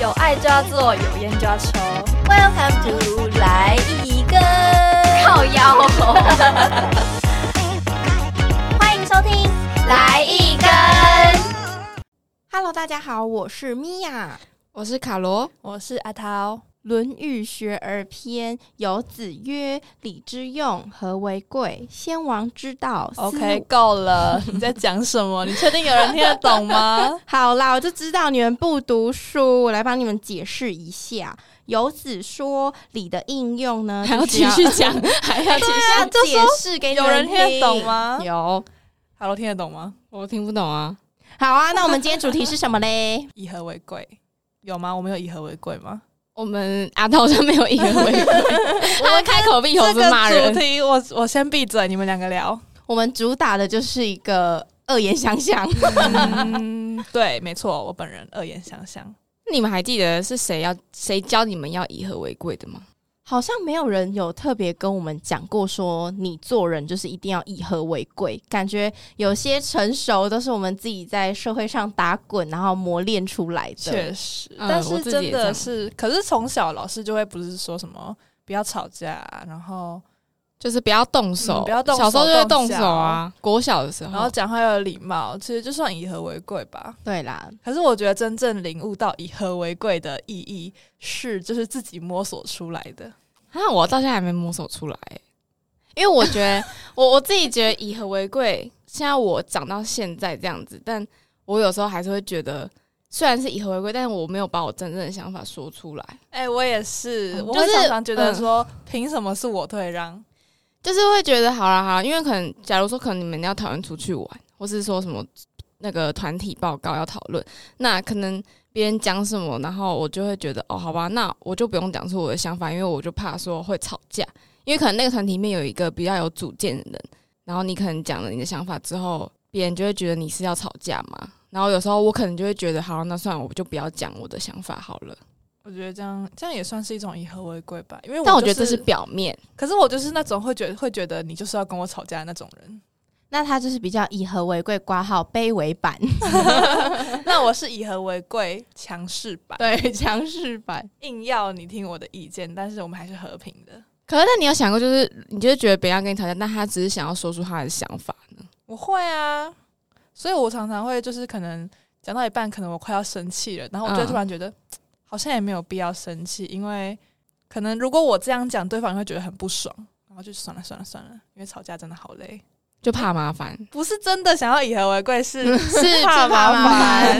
有爱就要做，有烟就要抽， Welcome to 来一根，靠腰、 欢迎收听来一根。 Hello，大家好，我是米娅。我是卡罗，我是阿涛， 《论语学而篇》有子曰：“礼之用，和为贵。先王之道。思 OK，够 了，你在讲什么？你确定有人听得懂 吗？好啦，我就知道你们不读书，我来帮你们解释一下。有子说礼的应用呢，还要就是继 续讲，还要继续， 要就解说释给你有们人听得懂？吗？有。哈喽，听得懂吗？我听不懂啊。好啊，那我们今天主题是什么嘞？ 以和为贵，有吗？我们有以和为贵吗？我们阿涛就没有一人为 贵，他会开口闭口这就骂个人主。题，我我先闭嘴，你们两个聊。我们主打的就是一个恶言相向。嗯， 对，没错，我本人恶言相向。那你们还记得是谁要谁教你们要以和为贵的吗？好像没有人有特别跟我们讲过说，你做人就是一定要以和为贵。感觉有些成熟都是我们自己在社会上打滚，然后磨练出来的。确实，嗯但我是自己真也这的样是，可是从小老师就会不是说什么不要吵架，然后就是不要动嗯手，不要动手小时候就会动动脚手啊。国小的时候，然后讲话要有礼貌，其实就算以和为贵吧。对啦，可是我觉得真正领悟到以和为贵的意义是，就是自己摸索出来的。啊，我到现在还没摸索出来，因为我觉得 我我自己觉得以和为贵。现在我长到现在这样子，但我有时候还是会觉得，虽然是以和为贵，但是我没有把我真正的想法说出来，哎、我也是，嗯我就会是常常觉得嗯说，凭、什么是我退让？就是会觉得好啦好啦，因为可能假如说可能你们要讨论出去玩，或是说什么那个团体报告要讨论，那可能别人讲什么，然后我就会觉得哦，好吧，那我就不用讲出我的想法，因为我就怕说会吵架，因为可能那个团体里面有一个比较有主见的人，然后你可能讲了你的想法之后，别人就会觉得你是要吵架嘛。然后有时候我可能就会觉得，好，那算了，我就不要讲我的想法好了。我觉得这样这样也算是一种以和为贵吧，因为但我就觉得这是表面，可是我就是那种会觉得会觉得你就是要跟我吵架的那种 人。那他就是比较以和为贵，挂号卑微版， 那我是以和为贵强势版，对， 强势 版。硬要你听我的意见，但是我们还是和平的。可是，那你有想过，就是你就是觉得别人要跟你吵架，但他只是想要说出他的想法呢？我会啊，所以我常常会就是可能讲到一半，可能我快要生气了，然后我就嗯突然觉得、嘖好像也没有必要生气，因为可能如果我这样讲，对方也会觉得很不爽，然后就算了算了算了，因为吵架真的好累，就怕麻烦，不是真的想要以和为贵， 是是怕麻烦。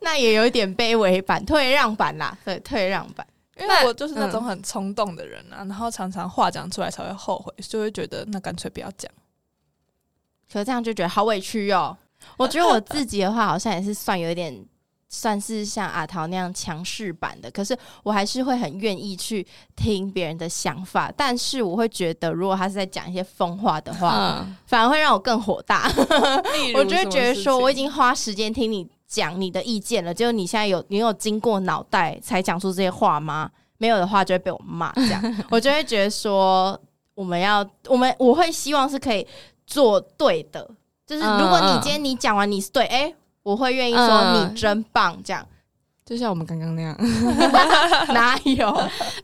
那也有一点卑微版、退让版啦，对，退让版。因为那我就是那嗯种很冲动的人啊，然后常常话讲出来才会后悔，就会觉得那干脆不要讲。可是这样就觉得好委屈哦。我觉得我自己的话，好像也是算有一点，算是像阿桃那样强势版的。可是我还是会很愿意去听别人的想法，但是我会觉得，如果他是在讲一些疯话的话，嗯，反而会让我更火大。 例如我就会什么觉得事说，情我已经花时间听你讲你的意见了，结果你现在有你有经过脑袋才讲出这些话吗？没有的话就会被我骂，这 样我就会觉得说，我们要我们我会希望是可以做对的，就是嗯如果你嗯今天你讲完你是对，哎、我会愿意说嗯你真棒，这样就像我们刚刚 那样。哪 有？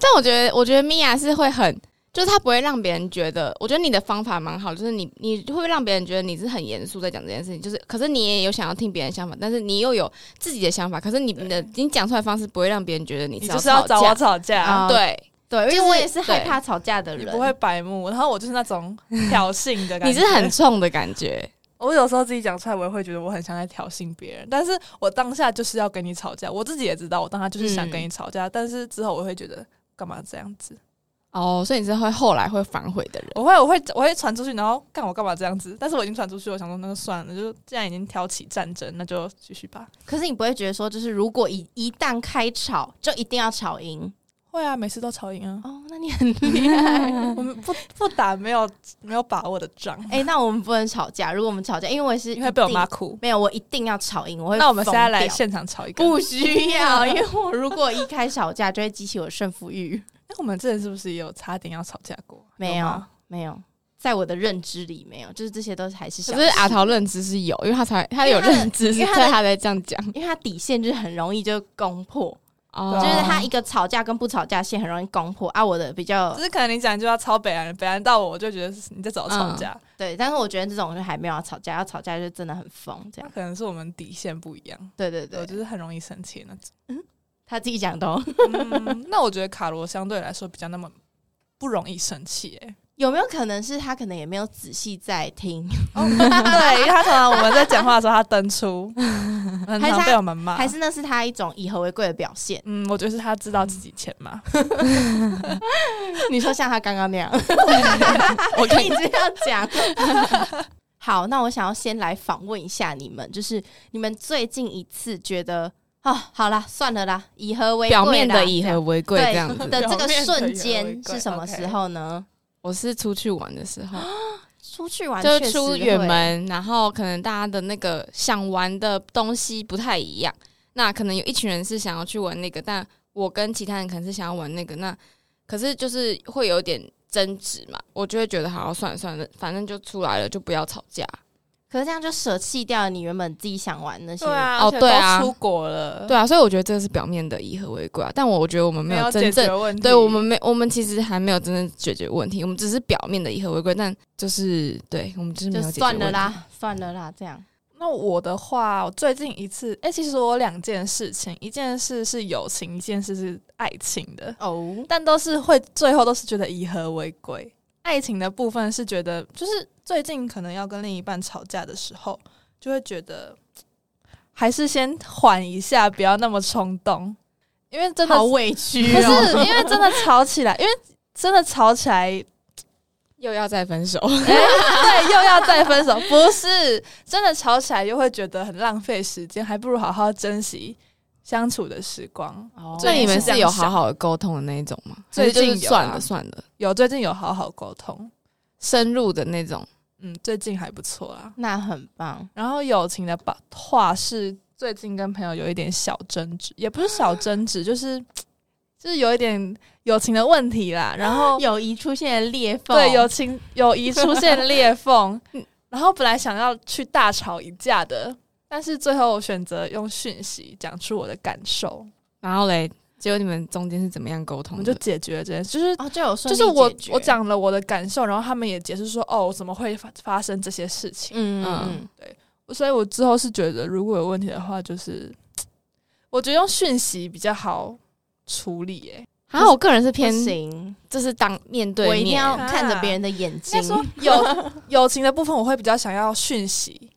但我觉得，我觉得米娅是会很，就是她不会让别人觉得，我觉得你的方法蛮好，就是你你会让别人觉得你是很严肃在讲这件事情，就是可是你也有想要听别人的想法，但是你又有自己的想法，可是你你的你讲出来的方式不会让别人觉得你你是就是吵要找我架，吵架，啊对，对，因就为是我也是害对怕吵架的你人，不会白目，然后我就是那 种挑衅的感觉。你是很，冲的感觉，我有时候自己讲出来，我也会觉得我很像在挑衅别人，但是我当下就是要跟你吵架，我自己也知道，我当下就是想跟嗯你吵架，但是之后我会觉得干嘛这样子？ 哦，所以你是会后来会反悔的人。我会我会我会传出去，然后干我干嘛这样子？但是我已经传出去，我想说那就算了，就既然已经挑起战争，那就继续吧。可是你不会觉得说，就是如果一一旦开吵，就一定要吵赢会啊，每次都 吵赢啊。哦，那你很厉害。我们不不打没有没有把握的仗，哎、那我们不能吵架。如果我们吵架，因为我是你会被我妈一定，哭。没有，我一定要吵赢，我会。那我们现在来，现场吵一个。不需要，因为我如果一开始吵架，就会激起我胜负欲。哎我们之前是不是也有差点要吵架过？啊没有有吗，没有，在我的认知里没有，就是这些都是还是小可事。是阿，桃认知是有，因为她才她有认知是因为她的在她在这样讲，因为他底线就是很容易就攻破，哦就是他一个吵架跟不吵架线很容易攻破啊。我的比较只是可能你讲就要抄北安，北安到我，我就觉得是你在找吵架，对，但是我觉得这种就还没有要吵架，要吵架就真的很疯这那样。可能是我们底线不一样。对对 对，我对，就是很容易生气的那种。他自己讲的、哦。嗯，那我觉得卡罗相对来说比较那么不容易生气、欸。有没有可能是他可能也没有仔细在听，对，因为他常常我们在讲话的时候，他登出， 很还是常他被我们骂。？还是那是他一种以和为贵的表现嗯，我觉得是他知道自己欠骂。你说像他刚刚那样，我可一以直要讲。 好，那我想要先来访问一下你们，就是你们最近一次觉得哦，好啦，算了啦，以和为贵啦表面的以和为贵这样子。的这表个面的以和为瞬贵间是什么，OK 时候呢？我是出去玩的时候，出去玩就是确实出会远，门，然后可能大家的那个想玩的东西不太一样。那可能有一群人是想要去玩那个，但我跟其他人可能是想要玩那个。那可是就是会有点争执嘛，我就会觉得好好算了算了，反正就出来了，就不要吵架。可是这样就舍弃掉了你原本自己想玩那些。啊哦对啊而且都出国了，对啊，所以我觉得这个是表面的以和为贵啊，但我觉得我们没没有有真解决正。问题。对我们没，我们其实还没有真正解决问题，我们只是表面的以和为贵，但就是对我们就是没就有解决算了问题啦，算了啦，这样那我的话，我最近一次，哎、其实我有两件事情，一件事是友情，一件事是爱情的，哦，但都是会最后都是觉得以和为贵。爱情的部分是觉得，就是最近可能要跟另一半吵架的时候，就会觉得还是先缓一下，不要那么冲动，因为真的好委屈不哦。是因为真的吵起来，因为真的吵起来又要再分手。对，又要再分手，不是真的吵起来又会觉得很浪费时间，还不如好好珍惜相处的时光。哦那最你们是这是样有想好好的沟通的那一种吗？最还是就是近有啊算了算了，有最近有好好沟通，深入的那种。嗯，最近还不错啦。那很棒，然后友情的吧话是最近跟朋友有一点小争执，也不是小争执，就是就是有一点友情的问题啦。然后友谊出现了裂缝，对友情友谊出现裂缝，然后本来想要去大吵一架的，但是最后我选择用讯息讲出我的感受，然后嘞，结果你们中间是怎么样沟我通们就的？解决了这件事。就是哦，就有顺就利是我解决我，讲了我的感受，然后他们也解释说哦怎么会发发生这些事情，嗯嗯嗯所以我之后是觉得如果有问题的话，就是我觉得用讯息比较好处理、欸。然啊后我个人是不偏，行，就是当面对我面，欸一定要啊看着别人的眼应睛该。说友 友情的部分，我会比较想要讯息，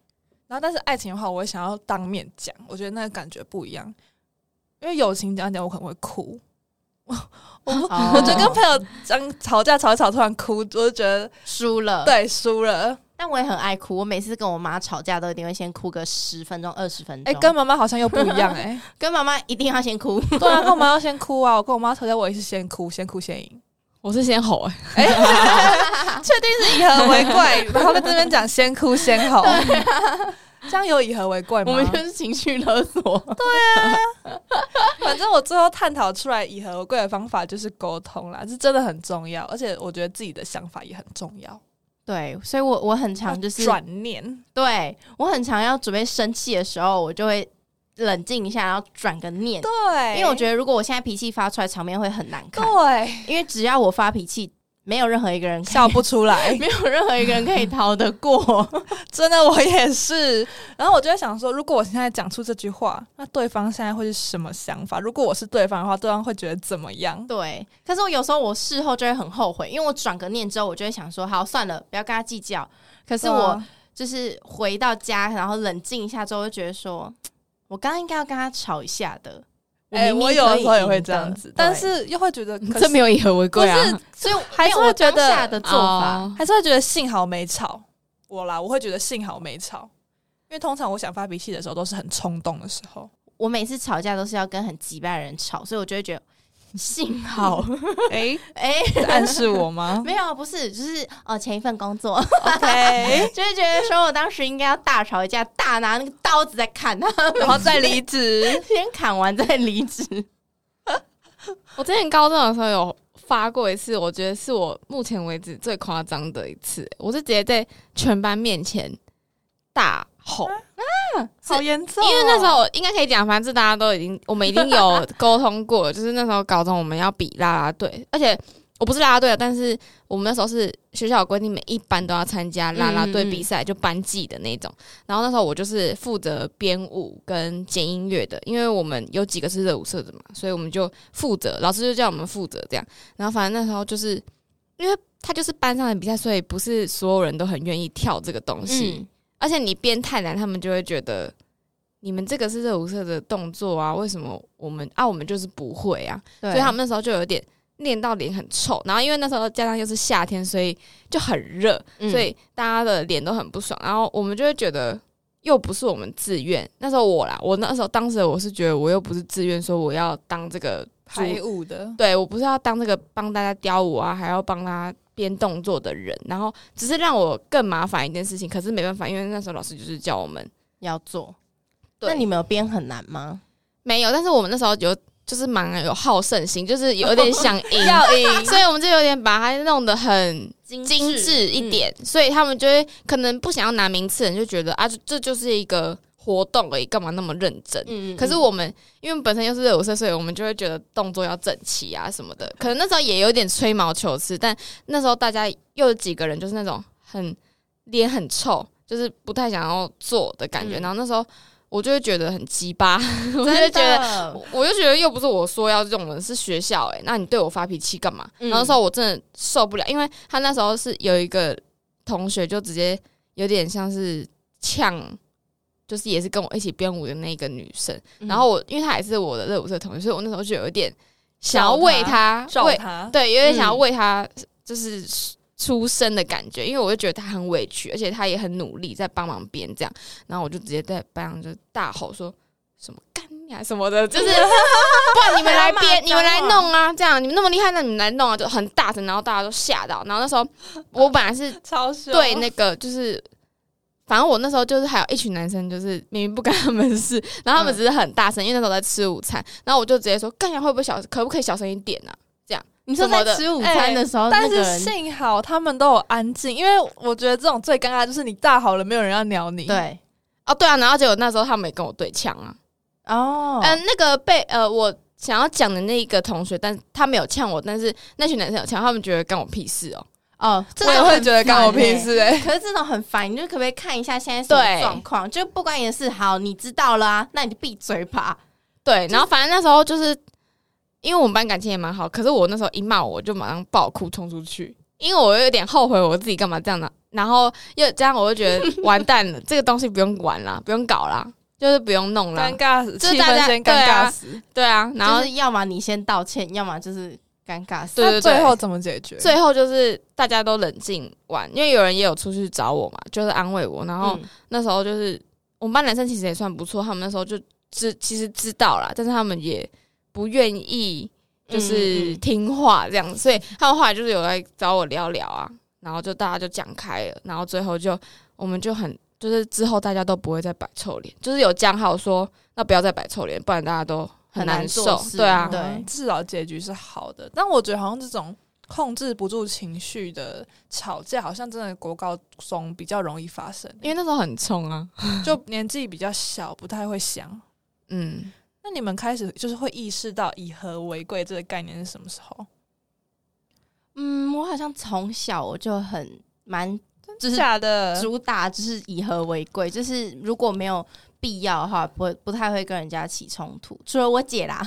然后但是爱情的话，我会想要当面讲，我觉得那个感觉不一样。因为友情讲讲，我可能会哭，我不，哦我 就跟朋友讲吵架吵一吵，突然哭，我就觉得输了，，对输了。但我也很爱哭。我每次跟我妈吵架，都一定会先哭个十分钟、二十分哎、钟。跟妈妈好像又不一样 哎、跟妈妈一定要先哭，对啊，跟我妈要先哭啊，我跟我妈吵架，我也是先哭，先哭先赢。我是先吼、欸，哎、确定是以和为 贵，然后在这边讲先哭先吼，啊这样有以和为贵吗？我们就是情绪勒索。 反正我最后探讨出来以和为贵的方法就是沟通啦，是真的很重要，而且我觉得自己的想法也很重要。 对，所以我我很常就是转念，对我很常要准备生气的时候，我就会冷静一下，然后转个念。对因为我觉得如果我现在脾气发出来，场面会很难看。对因为只要我发脾气，没有任何一个人可以，笑不出来没有任何一个人可以逃得过。真的我也是。然后我就在想说，如果我现在讲出这句话，那对方现在会是什么想法？如果我是对方的话，对方会觉得怎么样？对，可是我有时候我事后就会很后悔，因为我转个念之后，我就会想说，好算了，不要跟他计较。可是我哇就是回到家，然后冷静一下之后，就觉得说，我刚刚应该要跟他吵一下的。哎、明明我有可的以时候也赢会这的样子对，但是又会觉得可这没有，有以和为贵啊，不所以还是没有会觉我当得下的做法。 哦还是会觉得幸好没吵我啦，我会觉得幸好没吵，因为通常我想发脾气的时候都是很冲动的时候。我每次吵架都是要跟很急败的人吵，所以我就会觉得幸 好，哎、哎、在暗示我吗 没有，不是，就是哦，前一份工作 ？OK，就会觉得说我当时应该要大吵一架，大拿那个刀子在砍他，然后再离职。 先砍完再离职。我之前高中的时候有发过一次，我觉得是我目前为止最夸张的一次。我是直接在全班面前大吼，好严重哦、因为那时候应该可以讲，反正大家都已经，我们已经有沟通过了， 就是那时候高中我们要比啦啦队，而且我不是啦啦队的，但是我们那时候是学校有规定，每一班都要参加啦啦队比赛，就班级的那种。然后那时候我就是负责编舞跟剪音乐的，因为我们有几个是热舞社的嘛，所以我们就负责，老师就叫我们负责这样。然后反正那时候就是因为他就是班上的比赛，所以不是所有人都很愿意跳这个东西。嗯，而且你编太难，他们就会觉得你们这个是热舞社的动作啊，为什么我们啊我们就是不会啊？对，所以他们那时候就有点练到脸很臭，然后因为那时候加上又是夏天，所以就很热，嗯所以大家的脸都很不爽，然后我们就会觉得。又不是我们自愿，那时候我啦，我那时候当时我是觉得我又不是自愿，说我要当这个主排舞的，对我不是要当那个帮大家雕舞啊，还要帮他编动作的人，然后只是让我更麻烦一件事情。可是没办法，因为那时候老师就是叫我们要做。对那你们有编很难吗？没有，但是我们那时候有就是蛮有好胜心，就是有点想 赢，要赢所以我们就有点把它弄得很精精致嗯一点，所以他们就会可能不想要拿名次，人就觉得啊，这这就是一个活动而已，干嘛那么认真？嗯可是我们因为本身又是热舞社，所以我们就会觉得动作要整齐啊什么的。可能那时候也有点吹毛求疵，但那时候大家又有几个人就是那种很脸很臭，就是不太想要做的感觉。嗯然后那时候我就会觉得很鸡巴， 我就真会觉得。的，我我就觉得又不是我说要这种人，是学校哎、那你对我发脾气干嘛？嗯然后那时候我真的受不了，因为他那时候是有一个同学就直接有点像是呛，就是也是跟我一起编舞的那个女生，嗯然后我因为她也是我的热舞社同学，所以我那时候就有一点想要为她照为他，啊对，有点想要嗯为她就是出声的感觉，因为我就觉得她很委屈，而且她也很努力在帮忙编这样，然后我就直接在班上就大吼说什么干啊呀什么的，就是不然你们来编，你们来弄啊，这样你们那么厉害，那你们来弄啊，就很大声，然后大家都吓到，然后那时候我本来是 超凶，对，那个就是，反正我那时候就是还有一群男生，就是明明不干他们的事，然后他嗯们只是很大声，因为那时候在吃午餐，然后我就直接说，干呀，会不会小，可不可以小声一点啊？你说什么在的吃午餐的时候，但哦那个是人幸好他们都有安静，因为我觉得这种最尴尬就是你大好了，没有人要鸟你。，对哦，对啊，然后结果那时候他们也跟我对呛啊，哦嗯、，那个被呃我想要讲的那一个同学，但他没有呛我，但是那群男生有呛，他们觉得干我屁事哦，哦，这我也种会很觉得干我烦欸屁事哎、可是这种很烦，你就可不可以看一下现在什么对状况？就不关你的事，好，你知道了啊，那你就闭嘴吧。对，然后反正那时候就是因为我们班感情也蛮好，可是我那时候一骂我就马上爆哭冲出去，因为我有点后悔我自己干嘛这样的，然后又这样我就觉得完蛋了，这个东西不用玩啦，不用搞啦，就是不用欸弄啦哎尴，尬死，就气大氛家先对尴啊尬死。对啊，然后就是要么你先道歉，要么就是尴尬死。对对那最后怎么解决？最后就是大家都冷静玩，因为有人也有出去找我嘛，就是安慰我，然后嗯那时候就是我们班男生其实也算不错，他们那时候就知其实知道啦，但是他们也不愿意就嗯是嗯听话这样，所以他们后来就是有来找我聊聊啊，然后就大家就讲开了，然后最后就我们就很就是之后大家都不会再摆臭脸，就是有讲好说那不要再摆臭脸，不然大家都很难难做受，事对啊，对嗯至少结局是好的。但我觉得好像这种控制不住情绪的吵架，好像真的国高中比较容易发生，因为那时候很冲啊， 就年纪比较小，不太会想。嗯。那你们开始就是会意识到以和为贵这个概念是什么时候？嗯，我好像从小我就很蛮就是假的，主打就是以和为贵，就是如果没有必要的话，不不太会跟人家起冲突，除了我姐 啦。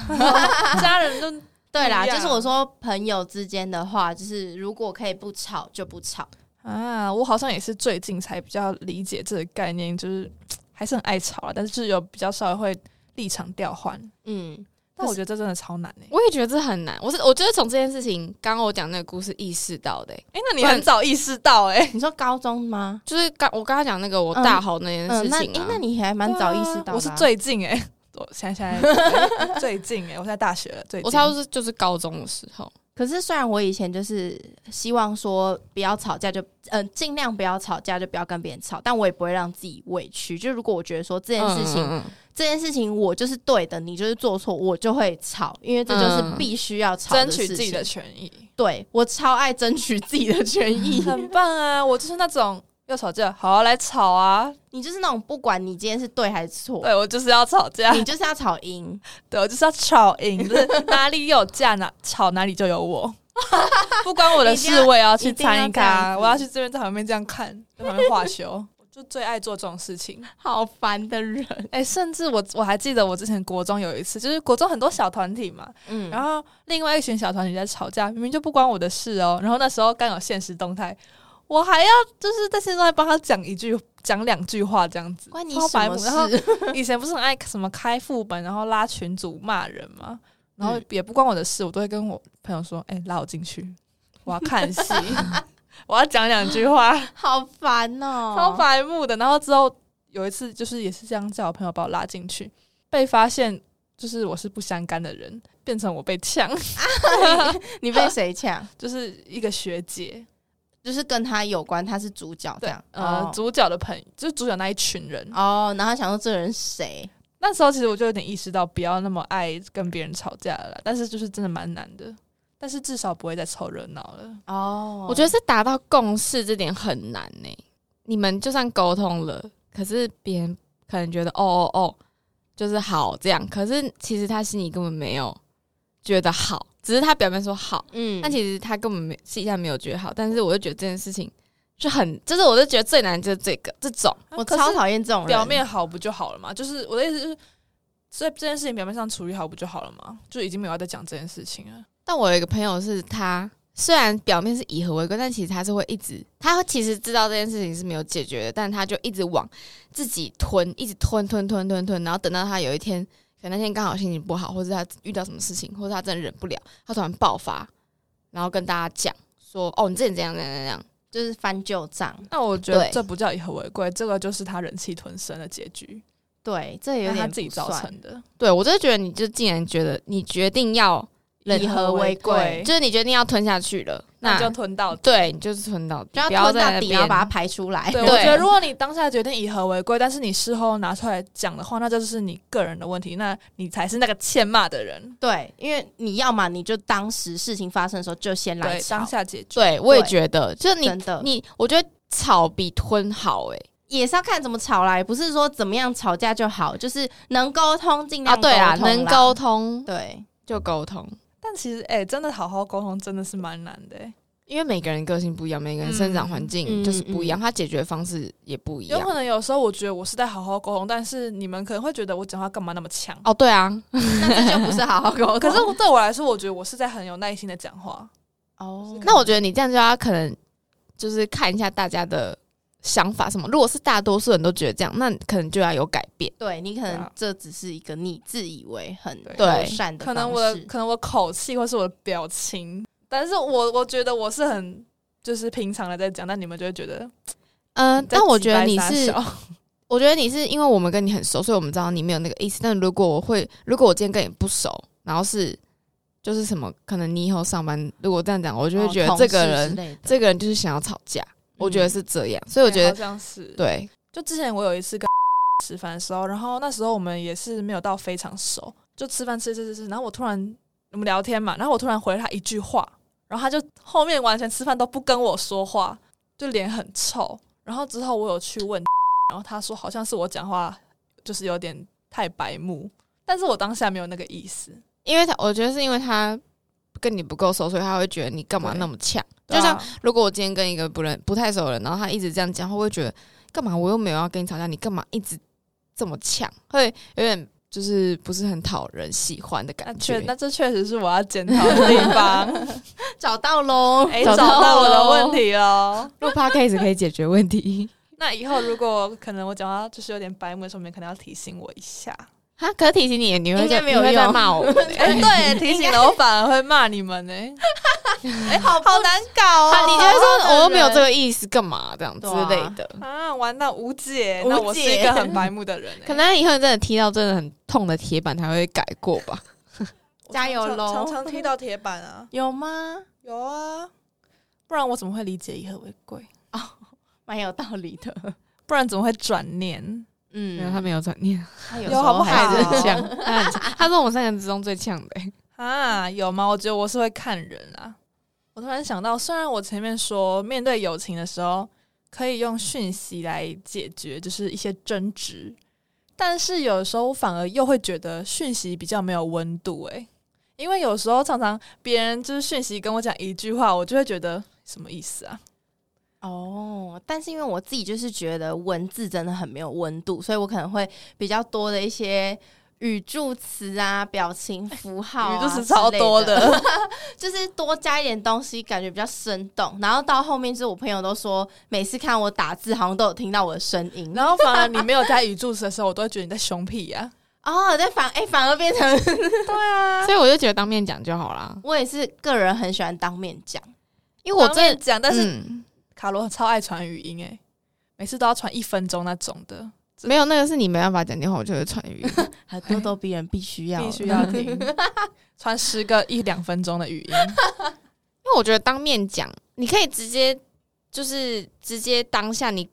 家人都对啦，不一就样是我说朋友之间的话，就是如果可以不吵就不吵。啊，我好像也是最近才比较理解这个概念，就是嘖还是很爱吵啊，但是有比较稍微会立场调换。嗯，但我觉得这真的超难诶、欸。我也觉得这很难，我是我就是从这件事情，刚刚我讲那个故事意识到的欸、哎、那你很早意识到欸诶、你说高中吗？就是刚我刚刚讲那个我大吼那件嗯，事那情诶啊，那你还蛮早意识到的啊、我是最近诶、我现在现在最近诶、欸我现在大学了，最近我差不多是就是高中的时候，可是虽然我以前就是希望说不要吵架就，嗯尽量不要吵架，就不要跟别人吵，但我也不会让自己委屈。就如果我觉得说这件事情，嗯嗯嗯这件事情我就是对的，你就是做错，我就会吵，因为这就是必须要吵嗯争事取情自己的。权益， 对我超爱争取自己的权益，很棒啊！我就是那种要吵架，好、啊、来吵啊！你就是那种不管你今天是对还是错，对我就是要吵架，你就是要吵 赢。对我就是要吵赢，就是哪里有架哪吵哪里就有我， 不关我的一定事，要我也要去参一与定要这样咖，子我要去这边在旁边这样看，在旁边画 球，我就最爱做这种事情。好烦的人， 哎、甚至我我还记得我之前国中有一次，就是国中很多小团体嘛，嗯， 然后另外一群小团体在吵架，明明就不关我的事哦。然后那时候刚有现实动态，我还要就是在现实动态帮他讲一句、讲两句话这样子，关你超白什么目然后 事？啊 以前不是很爱什么开副本，然后拉群组骂人嘛，然后嗯也不关我的事，我都会跟我朋友说：“哎、拉我进去，我要看 戏，我要讲两句话。好烦哦，超白目的。然后之后有一次，就是也是这样叫我朋友把我拉进去，被发现就是我是不相干的人，变成我被 呛， 你被谁抢？就是一个学姐，就是跟他有关，他是主角这对样。，呃，哦主角的朋就是主角那一群人。哦，然后想说这人谁？那时候其实我就有点意识到，不要那么爱跟别人吵架了啦，但是就是真的蛮难的。但是至少不会再凑热闹了。哦，我觉得是达到共识这点很难呢、你们就算沟通了，可是别人可能觉得哦哦哦，就是好这样，可是其实他心里根本没有觉得好，只是他表面说好，嗯但其实他根本没私底下没有觉得好。但是我就觉得这件事情就很，就是我就觉得最难就是这个这种，我啊可是超讨厌这种人，表面好不就好了嘛？就是我的意思就是，这这件事情表面上处理好不就好了嘛？就已经没有要再讲这件事情了。但我有一个朋友是他，虽然表面是以和为贵，但其实他是会一直，他其实知道这件事情是没有解决的，但他就一直往自己吞，一直吞吞吞吞吞，然后等到他有一天，可能那天刚好心情不好，或者他遇到什么事情，或者他真的忍不了，他突然爆发，然后跟大家讲说：“哦，你之前怎样怎样怎样。就是翻旧账。那我觉得对这不叫以和为贵，这个就是他忍气吞声的结局，对，这也有是他点自己不造算成的。对”我就觉得你就竟然觉得你决定要忍以和为贵就是你决定要吞下去了，那那你就吞到底。对，你就是吞到底，就要不要吞在到那底，边然后把它排出来。对，对我觉得如果你当下决定以和为贵，但是你事后拿出来讲的话，那就是你个人的问题，那你才是那个欠骂的人。对，因为你要嘛，你就当时事情发生的时候就先来对，当吵，下解决。对，我也对觉得，就是你真的你，我觉得吵比吞好哎、也是要看怎么吵啦，也不是说怎么样吵架就好，就是能沟通尽量啊，对啦，通啦能沟通对， 就沟通，但其实，哎、真的好好沟通真的是蛮难的、哎因为每个人个性不一样，每个人嗯生长环境嗯就是不一样，他解决方式也不一有样。可能有时候我觉得我是在好好沟通，但是你们可能会觉得我讲话干嘛那么强。哦，对啊，那这就不是好好沟哦通。可是对我来说，我觉得我是在很有耐心的讲话。哦，那我觉得你这样就要可能就是看一下大家的想法什么。如果是大多数人都觉得这样，那可能就要有改变。对你可对能啊这只是一个你自以为很对友善的方可式，能我的可能我口气或是我的表情，但是我我觉得我是很就是平常的在讲，但你们就会觉得嗯、你在但我觉得挤你白是傻小我觉得你是因为我们跟你很熟，所以我们知道你没有那个意思。但如果我会，如果我今天跟你不熟，然后是就是什么，可能你以后上班，如果这样讲，我就会哦觉得同这个事之人，类的这个人就是想要吵架。我觉得是这样，所以我觉对 好得像是。对，就之前我有一次跟 吃饭的时候，然后那时候我们也是没有到非常熟，就吃饭吃吃吃吃，然后我突然我们聊天嘛，然后我突然回了他一句话，然后他就后面完全吃饭都不跟我说话，就脸很臭。然后之后我有去问， 然后他说好像是我讲话就是有点太白目，但是我当下没有那个意思。因为他我觉得是因为他跟你不够熟，所以他会觉得你干嘛对那么呛。就就像像如果我今天跟一个不认不太熟的人，然后他一直这样讲，他会觉得干嘛？我又没有要跟你吵架，你干嘛一直这么呛？会有点就是不是很讨人喜欢的那感确觉。那这确实是我要检讨的地方。 找到喽，哎、找找到到我的了问题了。录 podcast 可以解决问题那以后如果可能我讲话就是有点白目的时候，你们可能要提醒我一下。 哈，可是提醒你，你会应该在没有你会在用骂 我。 哎、对，提醒了我反而会骂你们呢、哎，好好难搞啊，哦，你就会说我又没有这个意思，干嘛这样之对啊类的？啊，玩到无解，无解那我是一个很白目的人、 欸，可能以后真的踢到真的很痛的铁板，才会改过吧。我加油常喽常常踢到铁板啊， 有吗？有啊，不然我怎么会理解以和为贵？蛮有道理的，不然怎么会转念？没有，嗯，他没有转念，他有有好不好他还是很 呛，他很呛，他是我们三个人之中最呛的欸。啊，有吗？我觉得我是会看人啊。我突然想到，虽然我前面说面对友情的时候，可以用讯息来解决，就是一些争执。但是有时候我反而又会觉得讯息比较没有温度、欸，诶，因为有时候常常别人就是讯息跟我讲一句话，我就会觉得什么意思啊？ 哦，但是因为我自己就是觉得文字真的很没有温度，所以我可能会比较多的一些语助词啊、表情符号、啊，语助词超多的， 就是多加一点东西，感觉比较生动。然后到后面，就是我朋友都说，每次看我打字，好像都有听到我的声音。 然后反而你没有加语助词的时候，我都会觉得你在凶屁啊呀、哦，但反哎、反而变成 所以我就觉得当面讲就好啦。我也是个人很喜欢当面讲，因为我当真面的，讲，但是嗯卡罗超爱传语音、欸，诶，每次都要传一分钟那种的，没有那个是你没办法讲电话，我就会传语音。还咄咄逼人，必须要必须要听，传十个一两分钟的语 音。因为我觉得当面讲，你可以直接就是直接当下你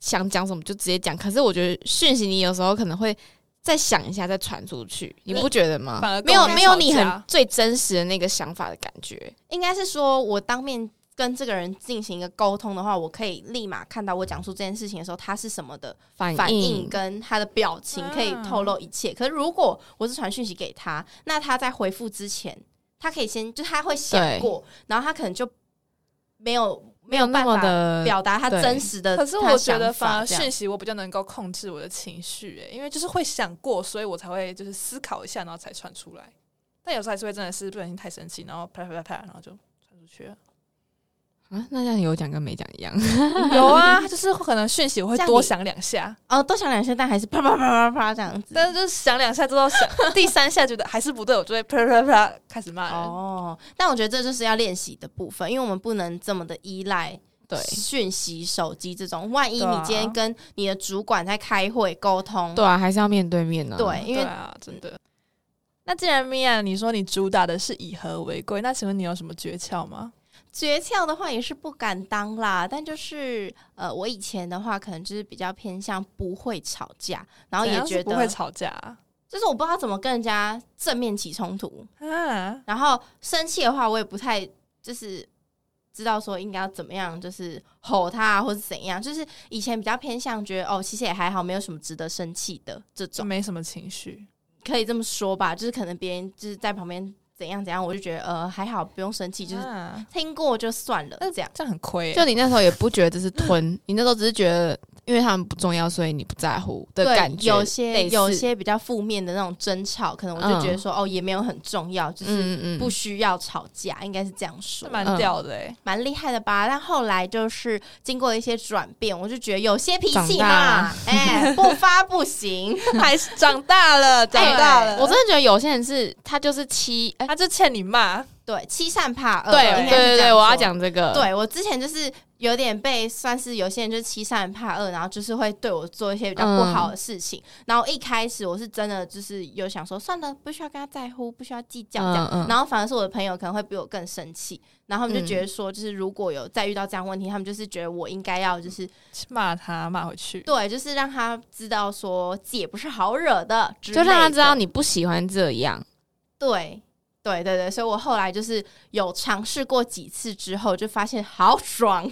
想讲什么就直接讲。可是我觉得讯息你有时候可能会再想一下再传出去，你不觉得吗反而？没跟我有们没有你吵架很最真实的那个想法的感觉。应该是说我当面跟这个人进行一个沟通的话，我可以立马看到我讲述这件事情的时候，他是什么的反应反应跟他的表情，嗯可以透露一切。可是如果我是传讯息给他，那他在回复之前，他可以先就他会想对过，然后他可能就没有没没有办那么法的表达他对真实的他可想是法这样。我觉得反而讯息我比较能够控制我的情绪，诶，因为就是会想过，所以我才会就是思考一下，然后才传出来。但有时候还是会真的是不小心太生气，然后啪啪啪啪，然后就传出去 了。啊，那这样有讲跟没讲一样。有啊，就是可能讯息我会这样多你想两下，哦，多想两声，但还是啪啪啪啪啪这样子。但是就是想两下之后想第三下觉得还是不对，我就会啪啪啪啪开始骂人。哦，但我觉得这就是要练习的部分，因为我们不能这么的依赖对讯息、手机这种。万一对啊你今天跟你的主管在开会沟通，对啊，还是要面对面呢、啊。对，因对为啊，真的。那既然米娅你说你主打的是以和为贵，那请问你有什么诀窍吗？诀窍的话也是不敢当啦，但就是呃，我以前的话可能就是比较偏向不会吵架，然后怎也样是觉不会得吵架啊。就是我不知道怎么跟人家正面起冲突，啊然后生气的话我也不太就是知道说应该要怎么样，就是吼他啊或者怎样，就是以前比较偏向觉得哦，其实也还好，没有什么值得生气的这就嗯种，没什么情绪，可以这么说吧，就是可能别人就是在旁边怎样怎样，我就觉得呃还好，不用生气，就是啊听过就算了这样。这样很亏欸、就你那时候也不觉得这是吞，你那时候只是觉得因为他们不重要，所以你不在乎的对，感觉。有类些似有些比较负面的那种争吵，可能我就嗯觉得说、哦，也没有很重要，就是嗯嗯嗯不需要吵架，应该是这样说是。蛮嗯屌的哎、蛮厉害的吧？但后来就是经过一些转变，我就觉得有些脾气长大嘛了，哎、不发不 行。还是长大了，长大了，我真的觉得有些人是他就是欺，哎、他就欠你骂，对，欺善怕恶，对应该对是这样对对，说我要。讲这个，对我之前就是有点被算是有些人就是欺善怕恶，然后就是会对我做一些比较不好的事情。然后一开始我是真的就是有想说算了，不需要跟他在乎，不需要计较这样。嗯嗯然后反而是我的朋友可能会比我更生气，然后他们就嗯觉得说，就是如果有再遇到这样的问题，他们就是觉得我应该要就是骂他骂回去。对，就是让他知道说自己也不是好惹的之类就的，让他知道你不喜欢这样。对。对对对，所以我后来就是有尝试过几次之后，就发现好爽，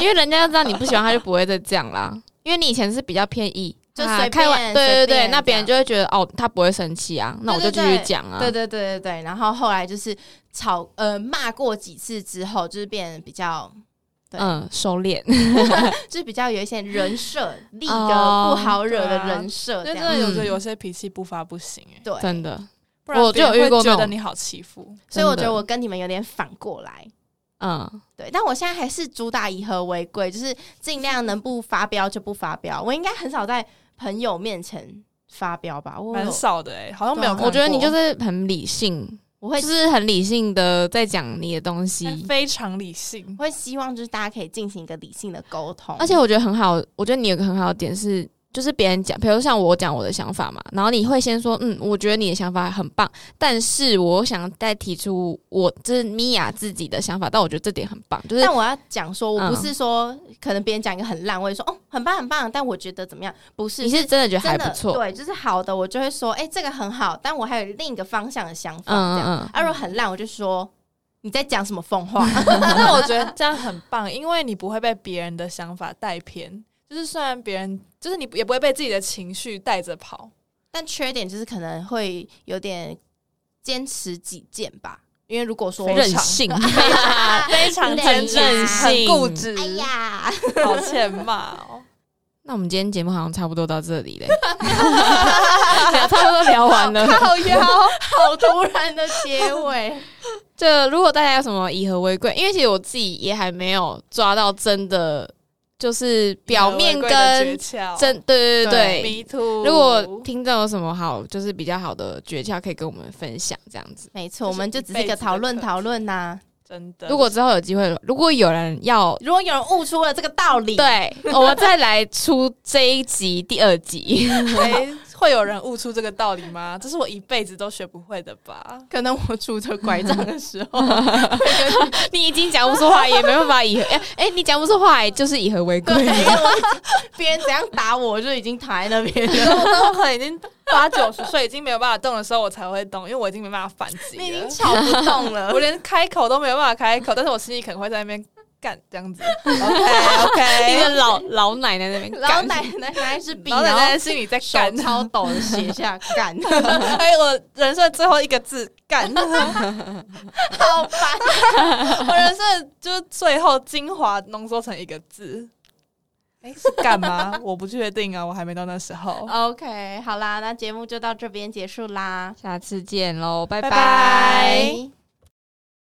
因为人家要知道你不喜欢，他就不会再这样啦。 因为你以前是比较偏意，就啊随便开玩，对随对对，便那别人就会觉得哦，他不会生气啊，那我就继续讲啊。 对对对对对。然后后来就是吵呃骂过几次之后，就是变得比较对嗯，收敛。就是比较有一些人 设立一个哦不好惹对的啊人设因这为样真的子。有时候嗯有些脾气不发不行哎、对，真的，不然我就有别人遇过会觉那得种你好欺负。所以我觉真得的我跟你们有点反过来。嗯，对，但我现在还是主打以和为贵，就是尽量能不发飙就不发飙。我应该很少在朋友面前发飙吧？我蛮有少的哎、好像没有对啊看过。我觉得你就是很理性，我就会是很理性的在讲你的东西，非常理性 我，会希望就是大家可以进行一个理性的沟通，而且我觉得很好，我觉得你有个很好的点是，就是别人讲，比如像我讲我的想法嘛，然后你会先说，嗯，我觉得你的想法很棒，但是我想再提出我就是米娅自己的想法，但我觉得这点很棒，就是但我要讲说，我嗯不是说、可能别人讲一个很烂，我也说哦很棒很棒，但我觉得怎么样？不是，你是真的觉得还真不的错，对，就是好的，我就会说哎、这个很好，但我还有另一个方向的想法这嗯样。嗯啊，如果很烂，我就说。你在讲什么疯话？那我觉得这样很棒，因为你不会被别人的想法带偏。就是虽然别人，就是你也不会被自己的情绪带着 跑。但缺点就是可能会有点坚持己见吧，因为如果说非任常性， 非常坚持，任很性固执，哎呀，好欠骂哦。那我们今天节目好像差不多到这里嘞， 聊差不多聊完了。好呀，好突然的结尾，就如果大家有什么以和为贵，因为其实我自己也还没有抓到真的，就是表面跟真，对对对对。迷途。如果听众有什么好，就是比较好的诀窍，可以跟我们分享这样子。没错，我 们就只是一个讨论讨论呐。真的，如果之后有机会，如果有人 要如果有人悟出了这个道理，，对， 我们再来出这一集第二集。哎会有人悟出这个道理吗？ 这是我一辈子都学不会的吧？ 可能我拄着拐杖的时候， 你已经讲不出话，也没办 法以和。哎、哎，你讲不出话，就是以和为贵。对，我别人怎样打我，我就已经躺在那边了。我都可能已经八九十岁，已经没有办法动的时候，我才会动，因为我已经没办法反击了。你已经吵不动了 我，连开口都没有办法开口，但是我心里可能会在那边 干这样子。OK 一 OK，个老老奶奶那边老干，奶奶拿一支笔，老奶然奶后在心里在手干，超抖的写 下“干 哎，我人生最后一个字干，我”，好烦。人生就是最后精华浓缩成一个字。哎，是干嘛？ 我不确定啊，我还没到那时候。 OK，好啦，那节目就到这边结束啦，下次见喽，拜拜拜拜